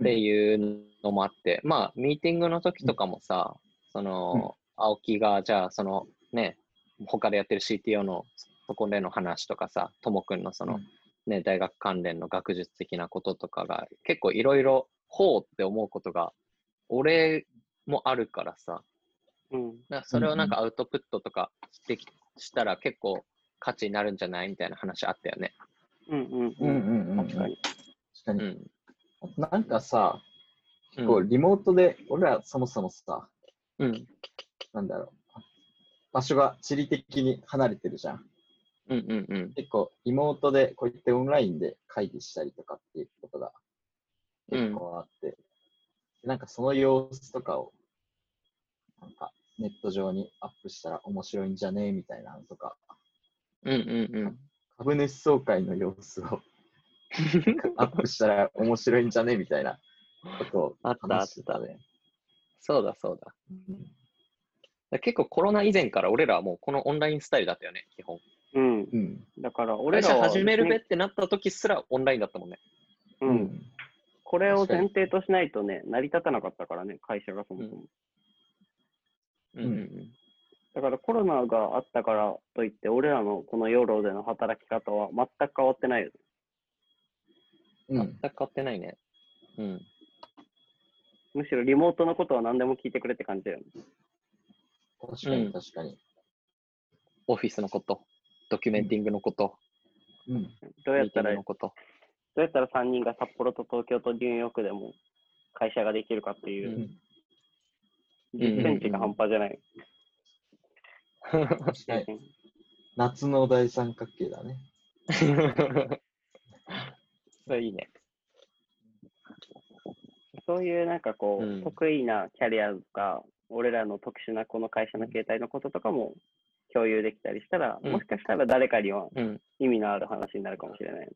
Speaker 4: っていうのもあって、まあ、ミーティングの時とかもさ、その、青木が、じゃあ、そのね、他でやってる CTO のそこでの話とかさ、ともくんのそうの
Speaker 3: ん、
Speaker 4: ね、大学関連の学術的なこととかが、結構いろいろ、ほうって思うことが、俺もあるからさ、
Speaker 2: うん、
Speaker 4: だからそれをなんかアウトプットとかできしたら結構価値になるんじゃないみたいな話あったよね。
Speaker 2: うん、う
Speaker 3: う
Speaker 2: ん、
Speaker 3: うんんうんうん。
Speaker 2: 確かに。
Speaker 3: 確か
Speaker 4: う
Speaker 3: に。
Speaker 4: ん。
Speaker 3: あとなんかさ、
Speaker 4: うん
Speaker 3: こう、リモートで、俺らそもそもさ、
Speaker 4: うん。
Speaker 3: なんだろう。場所が地理的に離れてるじゃん。
Speaker 4: うんうんうん。
Speaker 3: 結構、リモートで、こういってオンラインで会議したりとかっていうことが結構あって、なんかその様子とかを、なんかネット上にアップしたら面白いんじゃねえみたいなのとか、
Speaker 4: うんうんうん。
Speaker 3: 株主総会の様 子をアップしたら面白いんじゃねえみたいなことを
Speaker 4: あった
Speaker 3: 話してたね。
Speaker 4: そうだそうだ。だか
Speaker 3: うん
Speaker 4: ら結構コロナ以前から俺らはもうこのオンラインスタイルだったよね、基本。
Speaker 2: うん、
Speaker 3: うん。
Speaker 2: だから俺
Speaker 4: 会
Speaker 2: ら
Speaker 4: 社
Speaker 2: は
Speaker 4: 始めるべってなった時すらオンラインだったもんね。
Speaker 2: う、
Speaker 3: うんん。
Speaker 2: これを前提としないとね、成り立たなかったからね、会社がそもそも。
Speaker 4: うんうんうん
Speaker 2: だからコロナがあったからといって、俺らのこの養老での働き方は全く変わってないよね。
Speaker 3: う
Speaker 4: うん。
Speaker 3: ん。
Speaker 4: 全く変わってないね。うん。
Speaker 2: むしろリモートのことは何でも聞いてくれって感じだよね。
Speaker 3: 確かに確かに。
Speaker 4: オフィスのこと、ドキュメンティングのこと、
Speaker 3: うん。
Speaker 2: どう
Speaker 4: ミ
Speaker 2: や
Speaker 4: ー
Speaker 2: っ
Speaker 4: ティ
Speaker 2: た
Speaker 4: ン
Speaker 2: ら、
Speaker 4: グ
Speaker 2: ど
Speaker 4: のこと。
Speaker 2: うやったら3人が札幌と東京とニューヨークでも会社ができるかっていうう、
Speaker 4: ん
Speaker 2: 実践値が半端じゃない。
Speaker 3: 確かに。夏の大三角形だね。
Speaker 4: そういいね。
Speaker 2: そういうなんかこう、
Speaker 4: うん
Speaker 2: 得意なキャリアとか、俺らの特殊なこの会社の形態のこととかも共有できたりしたら、
Speaker 4: うん
Speaker 2: もしかしたら誰かには
Speaker 4: うん。
Speaker 2: 意味のある話になるかもしれない。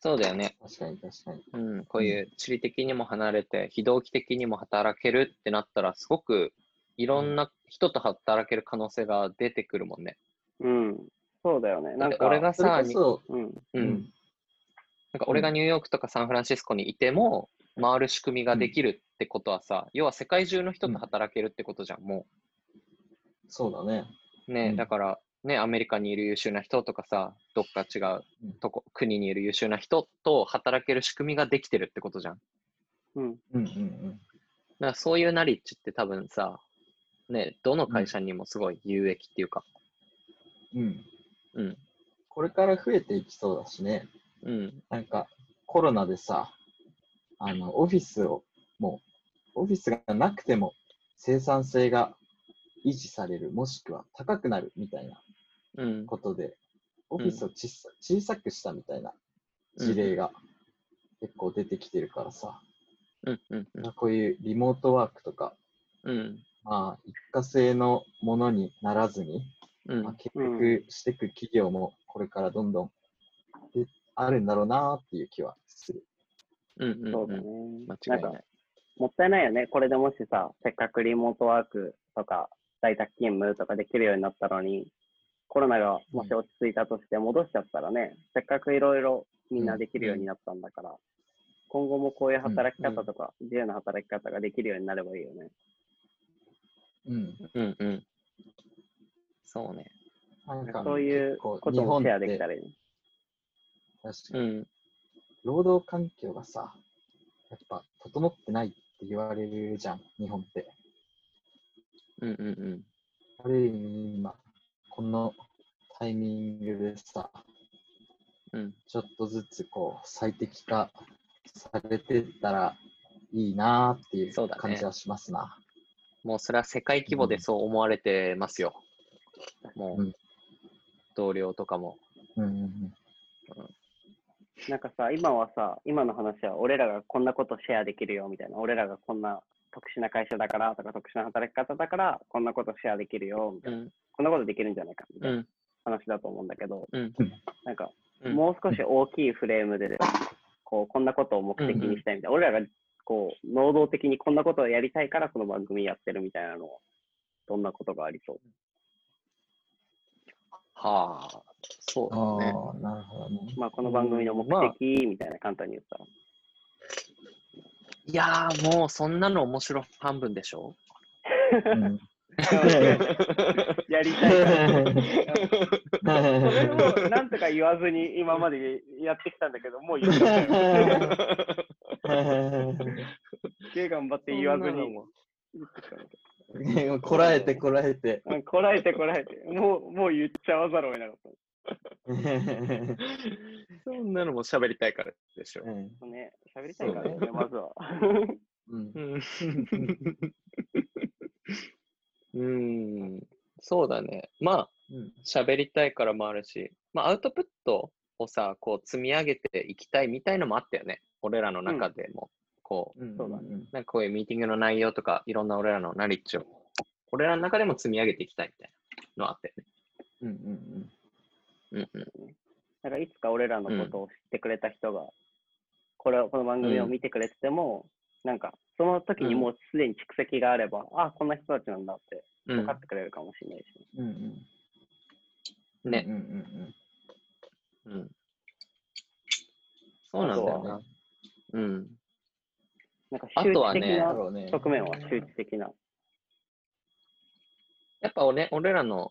Speaker 4: そうだよね。
Speaker 3: 確かに確かに。
Speaker 4: うん、こういう地理的にも離れて、非同期的にも働けるってなったら、すごくいろんな人と働ける可能性が出てくるもんね。
Speaker 2: うん。そうだよね。なん
Speaker 4: で
Speaker 2: か、
Speaker 4: 俺が
Speaker 3: それ
Speaker 4: さ、
Speaker 3: こ
Speaker 4: に
Speaker 3: そ、
Speaker 2: うん。
Speaker 4: うん、なんか俺がニューヨークとかサンフランシスコにいても、回る仕組みができるってことはさ、要は世界中の人と働けるってことじゃん、も
Speaker 3: そうだね。
Speaker 4: う。ね、
Speaker 3: うん
Speaker 4: だから、ね、アメリカにいる優秀な人とかさ、どっか違うとこ、国にいる優秀な人と働ける仕組みができてるってことじゃん。
Speaker 2: うん。
Speaker 3: うんうんうん。
Speaker 4: だからそういうナリッジって多分さ、ね、どの会社にもすごい有益っていうか、
Speaker 3: うん。
Speaker 4: うん、
Speaker 3: これから増えていきそうだしね。
Speaker 4: うん、
Speaker 3: なんか、コロナでさ、あの、オフィスを、もう、オフィスがなくても生産性が維持される、もしくは高くなるみたいな
Speaker 4: うん、
Speaker 3: ことで、オフィスをちっさ小さくしたみたいな事例が結構出てきてるからさ、
Speaker 4: うん、うん、
Speaker 3: まあこういうリモートワークとか、
Speaker 4: うん、
Speaker 3: まあ、一過性のものにならずに、
Speaker 4: うん
Speaker 3: まあ、、結
Speaker 2: うん
Speaker 3: 局していく企業もこれからどんどんであるんだろうなっていう気はする。
Speaker 4: うん、
Speaker 2: そうだね。
Speaker 4: 間違
Speaker 2: ないん
Speaker 4: な
Speaker 2: か
Speaker 4: い。
Speaker 2: もったいないよね。これでもしさ、せっかくリモートワークとか、在宅勤務とかできるようになったのに、コロナがもし落ち着いたとして戻しちゃったらね、せっかくいろいろみんなできるようになったんだから、今後もこういう働き方とか、自由な働き方ができるようになればいいよね。
Speaker 3: うん。
Speaker 4: うんうん。そうね。
Speaker 3: なんか、
Speaker 2: そういうこともシェアできたらいいね。
Speaker 3: 確か
Speaker 4: う
Speaker 3: に、
Speaker 4: ん。
Speaker 3: 労働環境がさ、やっぱ整ってないって言われるじゃん、日本って。
Speaker 4: うんうんうん。
Speaker 3: ある意味、今、このタイミングでさ、
Speaker 4: うん
Speaker 3: ちょっとずつこう最適化されてったらいいなーっていう
Speaker 4: そうだね
Speaker 3: 感じはしますな。
Speaker 4: もうそれは世界規模でそう思われてますよ。も
Speaker 3: うん
Speaker 4: う、同僚とかも。
Speaker 3: うんうんうん
Speaker 2: なんかさ、今はさ、今の話は俺らがこんなことシェアできるよみたいな、俺らがこんな特殊な会社だからとか特殊な働き方だから、こんなことシェアできるよみた
Speaker 4: う
Speaker 2: いな、
Speaker 4: ん。
Speaker 2: こんなことできるんじゃないかみた
Speaker 4: う。
Speaker 2: いなん話だと思うんだけど、
Speaker 4: うん
Speaker 2: なんか
Speaker 4: うん
Speaker 2: もう少し大きいフレームで、こうこんなことを目的にしたいみたいな、俺らがこう能動的にこんなことをやりたいからこの番組やってるみたいなのは、どんなことがありそう
Speaker 4: はあ、そう
Speaker 3: あ
Speaker 4: だね。
Speaker 3: あ、なるほどね。
Speaker 2: まあこの番組の目
Speaker 4: まあ
Speaker 2: 的みたいな簡単に言ったら。
Speaker 4: いやー、もうそんなの面白半分でしょ
Speaker 3: うん
Speaker 2: やりたいからそれ
Speaker 3: う
Speaker 2: をなんとか言わずに今までやってきたんだけど、もう言っちゃったよすげえ頑張って言わずに。
Speaker 3: んこらえてこらえて。
Speaker 2: うんこらえてこらえて、もうもう言っちゃわざるを得なかっ
Speaker 4: そんなのも喋りたいからでしょ
Speaker 3: う。ん
Speaker 2: た。ね、喋りたいから
Speaker 4: そ
Speaker 2: ね、まずは。
Speaker 3: うん
Speaker 4: うんうん、そうだね。まあ、
Speaker 3: うん
Speaker 4: 喋りたいからもあるし、まあ、アウトプットをさ、こう積み上げていきたいみたいのもあったよね。俺らの中でも、こう、
Speaker 3: うん
Speaker 2: そうだ
Speaker 3: ね。
Speaker 4: なんかこういうミーティングの内容とか、いろんな俺らのナリッジを、俺らの中でも積み上げていきたいみたいなのあったよ
Speaker 3: うんうん
Speaker 4: ね。うんうん。
Speaker 2: なんかいつか俺らのことを知ってくれた人が、これをこの番組を見てくれてても、なんかその時にもうすでに蓄積があれば、あこんな人たちなんだって
Speaker 4: うん
Speaker 2: 分かってくれるかもしれないし、
Speaker 3: うんうんうん。
Speaker 4: ね
Speaker 3: うんうん
Speaker 4: うん。そうなんだよね。うん。
Speaker 2: なんか
Speaker 4: あ
Speaker 2: 周
Speaker 4: とは
Speaker 2: 知
Speaker 4: ね
Speaker 2: 的
Speaker 3: うん。だ
Speaker 2: な
Speaker 3: ろうね。
Speaker 2: 側面は周知的な。
Speaker 4: やっぱ俺俺らの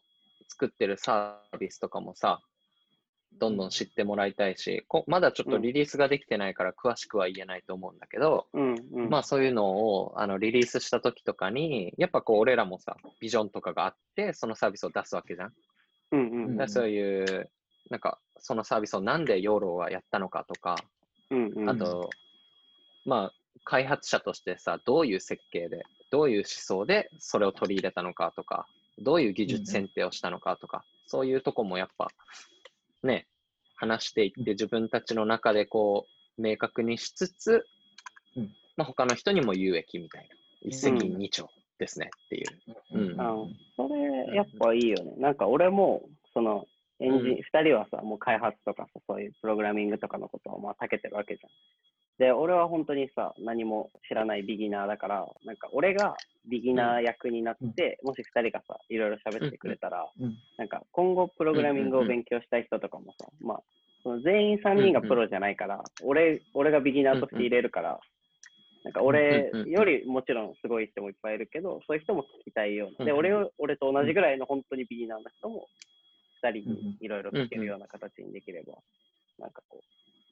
Speaker 4: 作ってるサービスとかもさ、どんどん知ってもらいたいし、こまだちょっとリリースができてないから詳しくは言えないと思うんだけど、
Speaker 2: うんうん。
Speaker 4: まあそういうのをあのリリースした時とかに、やっぱこう俺らもさ、ビジョンとかがあって、そのサービスを出すわけじゃん。
Speaker 2: うんうん
Speaker 4: だ
Speaker 2: うん
Speaker 4: からそういう、なんかそのサービスをなんで養老はやったのかとか、
Speaker 2: うん。
Speaker 4: あと、まあ、開発者としてさ、どういう設計で、どういう思想でそれを取り入れたのかとか、どういう技術選定をしたのかとか、そういうとこもやっぱ、ね、話していって、自分たちの中でこう、明確にしつつ、
Speaker 3: うん
Speaker 4: まあ、他の人にも有益みたいな、一石二鳥ですねっていう。うん
Speaker 2: あのそれ、やっぱいいよね。なんか俺も、その、エンジン、
Speaker 4: うん
Speaker 2: 2人はさ、もう開発とかさ、そういうプログラミングとかのことをまあ、たけてるわけじゃん。で、俺は本当にさ、何も知らないビギナーだから、なんか俺がビギナー役になって、もし2人がさ、いろいろ喋ってくれたら、
Speaker 3: うん
Speaker 2: なんか今後プログラミングを勉強したい人とかもさ、まあ、その全員3人がプロじゃないから、俺、俺がビギナーとして入れるから、なんか俺
Speaker 4: うんうんうん
Speaker 2: よりもちろんすごい人もいっぱいいるけど、そういう人も聞きたいような。で、
Speaker 4: うんうん
Speaker 2: 俺を俺と同じぐらいの本当にビギナーな人も2人にいろいろ聞けるような形にできれば、なんかこう、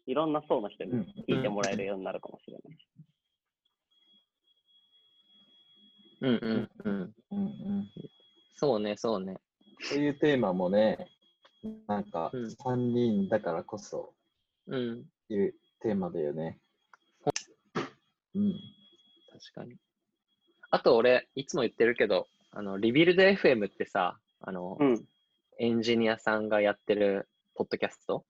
Speaker 2: いろんな層の人に
Speaker 3: うん
Speaker 2: 聞いてもらえるようになるかもしれないし。
Speaker 4: うんうんうん。
Speaker 3: うんうん。
Speaker 4: そうね、そうね。
Speaker 3: そういうテーマもね、なんか
Speaker 4: うん
Speaker 3: 3人だからこそ
Speaker 4: うん。
Speaker 3: いうテーマだよね。うん。
Speaker 4: 確かに。あと俺、いつも言ってるけど、あの、リビルド FM ってさ、あの、
Speaker 2: うん。
Speaker 4: エンジニアさんがやってるポッドキャスト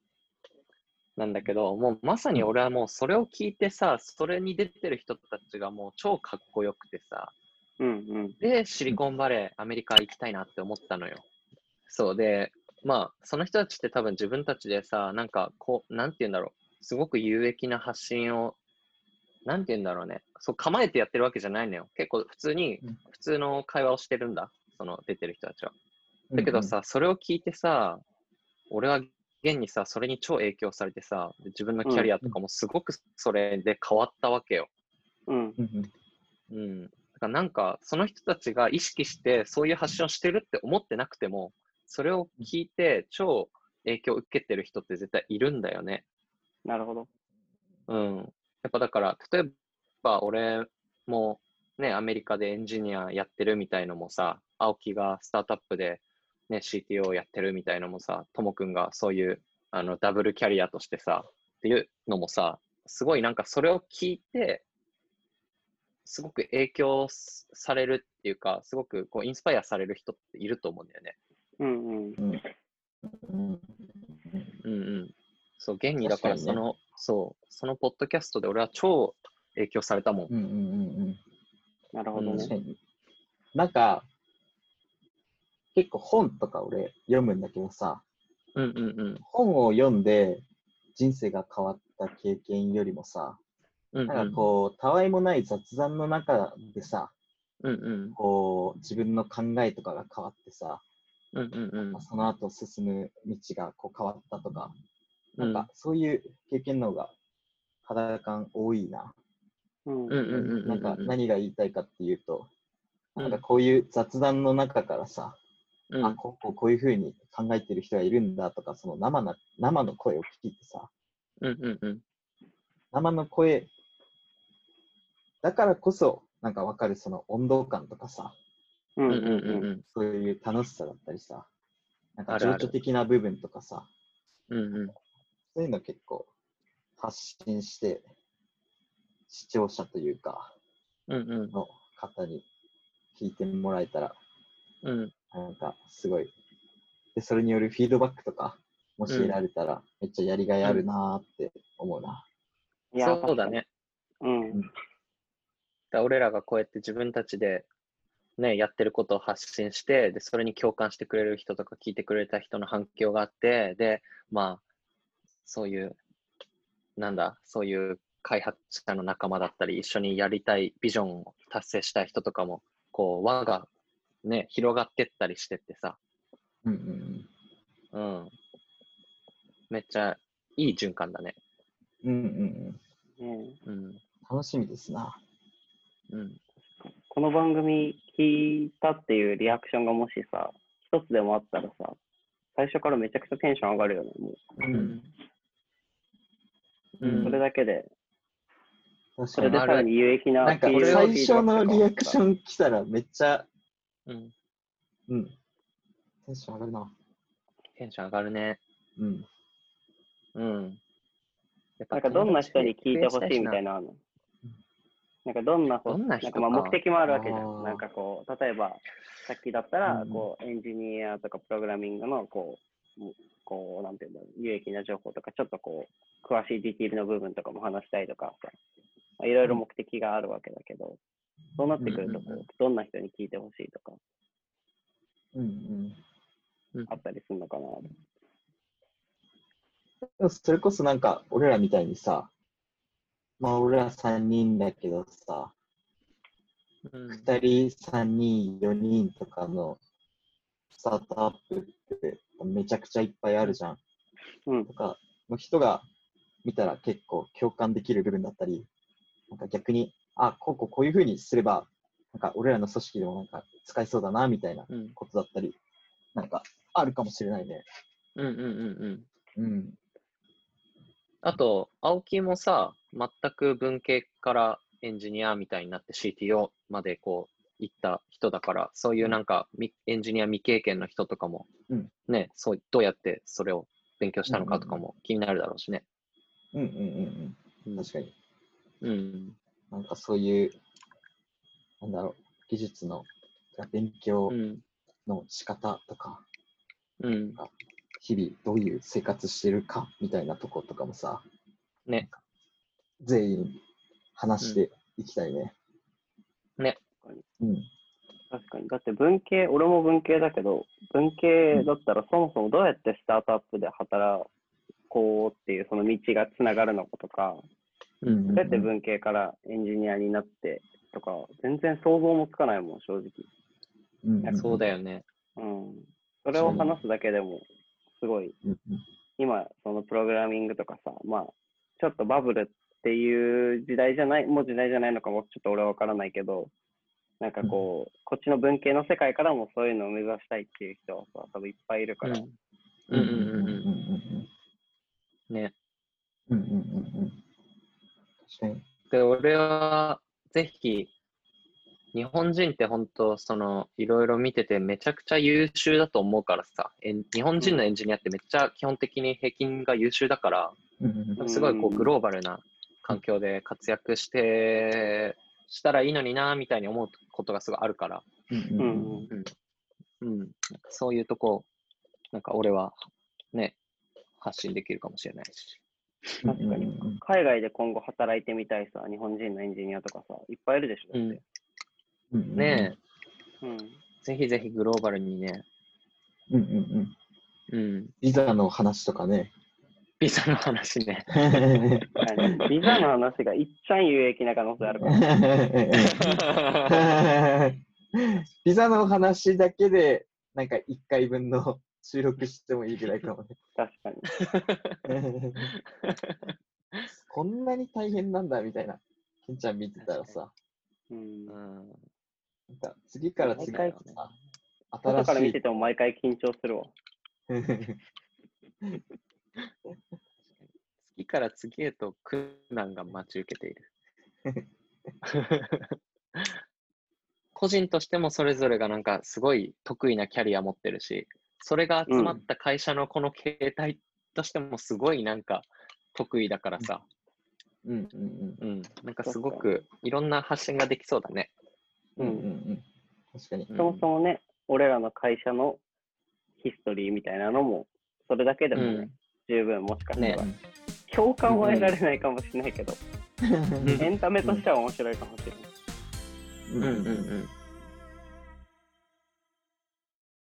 Speaker 4: なんだけど、もうまさに俺はもうそれを聞いてさ、それに出てる人たちがもう超かっこよくてさ、
Speaker 2: うんうん。
Speaker 4: で、シリコンバレー、アメリカ行きたいなって思ったのよ。そうで、まあ、その人たちって多分自分たちでさ、なんかこう、なんて言うんだろう、すごく有益な発信を、なんて言うんだろうね、そう構えてやってるわけじゃないのよ。結構普通に
Speaker 3: うん、
Speaker 4: 普通の会話をしてるんだ。その出てる人たちは。だけどさ、それを聞いてさ、俺は現にさ、それに超影響されてさ、で自分のキャリアとかもすごくそれで変わったわけよ。
Speaker 2: うん。
Speaker 3: うんうん、
Speaker 4: うん。だからなんか、その人たちが意識して、そういう発信をしてるって思ってなくても、それを聞いて、超影響を受けてる人って絶対いるんだよね。
Speaker 2: なるほど。
Speaker 4: うん。やっぱだから、例えば俺もね、アメリカでエンジニアやってるみたいのもさ、青木がスタートアップで、ね、CTO やってるみたいのもさ、ともくんがそういうあのダブルキャリアとしてさ、っていうのもさ、すごいなんかそれを聞いて、すごく影響すされるっていうか、すごくこうインスパイアされる人っていると思うんだよね。
Speaker 2: うんうん。
Speaker 3: うん
Speaker 4: うんうん。そう、現にだから
Speaker 3: 確
Speaker 4: そ
Speaker 3: かにね
Speaker 4: の、そう、そのポッドキャストで俺は超影響されたもん。
Speaker 3: うんうんうん
Speaker 2: なるほど
Speaker 3: うん。
Speaker 2: ね
Speaker 3: 確。かに。なんか、結構本とか俺読むんだけどさ、
Speaker 4: うんうんうん。
Speaker 3: 本を読んで人生が変わった経験よりもさ、
Speaker 4: うん
Speaker 3: なんかこう、たわいもない雑談の中でさ、
Speaker 4: うんうん
Speaker 3: こう、自分の考えとかが変わってさ、
Speaker 4: うんうん
Speaker 3: まあその後進む道がこう変わったとか、
Speaker 4: う
Speaker 3: なん
Speaker 4: ん
Speaker 3: かそういう経験の方が肌感多いな。
Speaker 2: うん
Speaker 4: うんうんうんうんうん
Speaker 3: なんか何が言いたいかっていうと、
Speaker 4: うん
Speaker 3: なんかこういう雑談の中からさ、
Speaker 4: うん
Speaker 3: あこうこうこういうふうに考えてる人がいるんだとか、その生な生の声を聞いてさ、
Speaker 4: うんうんうん
Speaker 3: 生の声だからこそ、なんかわかるその温度感とかさ、
Speaker 2: うん
Speaker 4: うんうん
Speaker 2: うん
Speaker 4: うん
Speaker 3: そういう楽しさだったりさ、なん
Speaker 4: あ
Speaker 3: か
Speaker 4: るある
Speaker 3: 情緒的な部分とかさ、
Speaker 4: うんうん
Speaker 3: そういうの結構発信して、視聴者というか、
Speaker 4: うんうん
Speaker 3: の方に聞いてもらえたら、
Speaker 4: うん
Speaker 3: なんかすごい。で、それによるフィードバックとか、もし得られたら、めっちゃやりがいあるなーって思うな。
Speaker 2: いや
Speaker 4: そうだ。ね。
Speaker 2: 確かにうん。
Speaker 4: だから俺らがこうやって自分たちで、ね、やってることを発信してで、それに共感してくれる人とか聞いてくれた人の反響があって、で、まあ、そういう、なんだ、そういう開発者の仲間だったり、一緒にやりたいビジョンを達成したい人とかも、こう、輪が、ね、広がってったりしてってさ、
Speaker 3: うんうん
Speaker 4: うん。めっちゃいい循環だね。
Speaker 3: うん。うんうんうん。
Speaker 2: ね
Speaker 4: うん。
Speaker 3: 楽しみですな。
Speaker 4: うん。
Speaker 2: この番組聞いたっていうリアクションがもしさ、一つでもあったらさ、最初からめちゃくちゃテンション上がるよね。も
Speaker 3: う。。
Speaker 4: うんう。
Speaker 2: うんそれだけで、
Speaker 3: 確
Speaker 2: そ
Speaker 3: か
Speaker 2: れ
Speaker 3: に
Speaker 2: で。さらに有益な
Speaker 3: なんか
Speaker 2: フィードバック
Speaker 3: 最初のリアクシ
Speaker 2: が
Speaker 3: ョン来たらめっちゃ、
Speaker 4: うん。
Speaker 3: うん。テンション上がるな。
Speaker 4: テンション上がるね。
Speaker 3: うん。
Speaker 4: うん。やっ
Speaker 2: なんかどんな人に聞いてほしいみたいなの
Speaker 4: な。
Speaker 2: あるのなんかどんなほ
Speaker 4: どんな人か
Speaker 2: んかまあ目的もあるわけじゃ
Speaker 3: あー
Speaker 2: ん。なんかこう、例えば、さっきだったら
Speaker 3: う、ん
Speaker 2: こう、エンジニアとかプログラミングの、こう、もこう、なんていうんだろう、有益な情報とか、ちょっとこう、詳しいディティールの部分とかも話したいとかさ、まあいろいろ目的があるわけだけど、そうなってくると、こ
Speaker 4: うんうんう
Speaker 2: う、どんな人に聞いてほしいとか、
Speaker 3: うんうん。で
Speaker 2: あったりするのかな。
Speaker 3: もそれこそなんか、俺らみたいにさ、まあ俺ら3人だけどさ、
Speaker 4: うん
Speaker 3: 2人、3人、4人とかのスタートアップってめちゃくちゃいっぱいあるじゃん。
Speaker 2: うん
Speaker 3: とか、の人が見たら結構共感できる部分だったり、なんか逆に、あ、こうこうこういうふうにすれば、なんか俺らの組織でもなんか使えそうだな、みたいな
Speaker 4: うん。
Speaker 3: ことだったり、なんかあるかもしれないね。
Speaker 4: うんうんうんうん。
Speaker 3: うん。
Speaker 4: あと、青木もさ、全く文系からエンジニアみたいになって CTO までこう行った人だから、そういうなんかみエンジニア未経験の人とかも、
Speaker 3: うん
Speaker 4: ね、そうどうやってそれを勉強したのかとか
Speaker 3: うん
Speaker 4: も気になるだろうしね。
Speaker 3: うんうんうんうん。確かに。
Speaker 4: うん。
Speaker 3: なんかそういう、なんだろう、技術の勉強
Speaker 4: うん。
Speaker 3: の仕方とか、
Speaker 4: うん。
Speaker 3: 日々どういう生活してるかみたいなとことかもさ、
Speaker 4: ね。
Speaker 3: 全員話していきたいね。
Speaker 4: ね。
Speaker 3: うん。
Speaker 2: 確かに。だって文系、俺も文系だけど、文系だったらそもそもどうやってスタートアップで働こうっていう、その道がつながるのかとか、
Speaker 4: うん
Speaker 2: どうやって文系からエンジニアになってとか、全然想像もつかないもん、正直。
Speaker 3: うんうん
Speaker 4: そうだよね。
Speaker 2: うん。それを話すだけでも、すごい、
Speaker 3: うんうん
Speaker 2: 今、そのプログラミングとかさ、まあ、ちょっとバブルっていう時代じゃない、もう時代じゃないのかも、ちょっと俺はわからないけど、なんかこう、こっちの文系の世界からもそういうのを目指したいっていう人はさ、多分いっぱいいるから、
Speaker 4: うんうんうん
Speaker 3: うんうん
Speaker 4: ううん。ね。
Speaker 3: うんうんうんうん確かに。
Speaker 4: で、俺は、ぜひ、日本人って本当、その、いろいろ見てて、めちゃくちゃ優秀だと思うからさ、エン日本人のエンジニアってめっちゃ基本的に平均が優秀だから、
Speaker 3: うんうんうん
Speaker 2: うん
Speaker 4: すごいこうグローバルな環境で活躍して、したらいいのにな、みたいに思うことがすごいあるから、
Speaker 3: うん
Speaker 2: う
Speaker 3: うんん、
Speaker 2: うん
Speaker 4: うん、そういうとこ、なんか俺は、ね、発信できるかもしれないし。
Speaker 2: 確かに
Speaker 3: うんうん
Speaker 2: 海外で今後働いてみたいさ、日本人のエンジニアとかさ、いっぱいいるでしょ。
Speaker 4: うん、
Speaker 3: うん
Speaker 4: ね
Speaker 2: うん。
Speaker 4: え、ぜひぜひグローバルにね、
Speaker 3: うんうんうん。
Speaker 4: うん、
Speaker 3: ビザの話とかね。
Speaker 4: ビザの話ね。
Speaker 2: はいビザの話がいっちゃん有益な可能性あるから。
Speaker 3: ビザの話だけで、なんか1回分の収録してもいいぐらいかも
Speaker 2: 確かに。
Speaker 3: ね。 こんなに大変なんだみたいな。ケンちゃん見てたらさ、
Speaker 2: うん
Speaker 4: う。ん、
Speaker 3: なんか次から次から
Speaker 4: 毎
Speaker 3: さ、
Speaker 2: 外から
Speaker 3: 新
Speaker 2: 見
Speaker 3: して い。
Speaker 2: ても毎回緊張するわ。
Speaker 4: 次から次へと苦難が待ち受けている。 個人としてもそれぞれがなんかすごい得意なキャリア持ってるし、それが集まった会社のこの形態としてもすごいなんか得意だからさ、
Speaker 3: うんうん
Speaker 4: うん、なんかすごくいろんな発信ができそうだね。
Speaker 3: うん。う
Speaker 2: うん
Speaker 3: うんんうん。確かに。
Speaker 4: うん
Speaker 2: そもそもね、俺らの会社のヒストリーみたいなのも、それだけでもね、
Speaker 4: うん
Speaker 2: 十分もしかしたら、
Speaker 3: ね
Speaker 2: 共感は得られないかもしれないけど、
Speaker 4: ん
Speaker 2: エンタメとしては面白いかもしれない。
Speaker 3: うん
Speaker 4: う
Speaker 3: うんん
Speaker 4: うんうん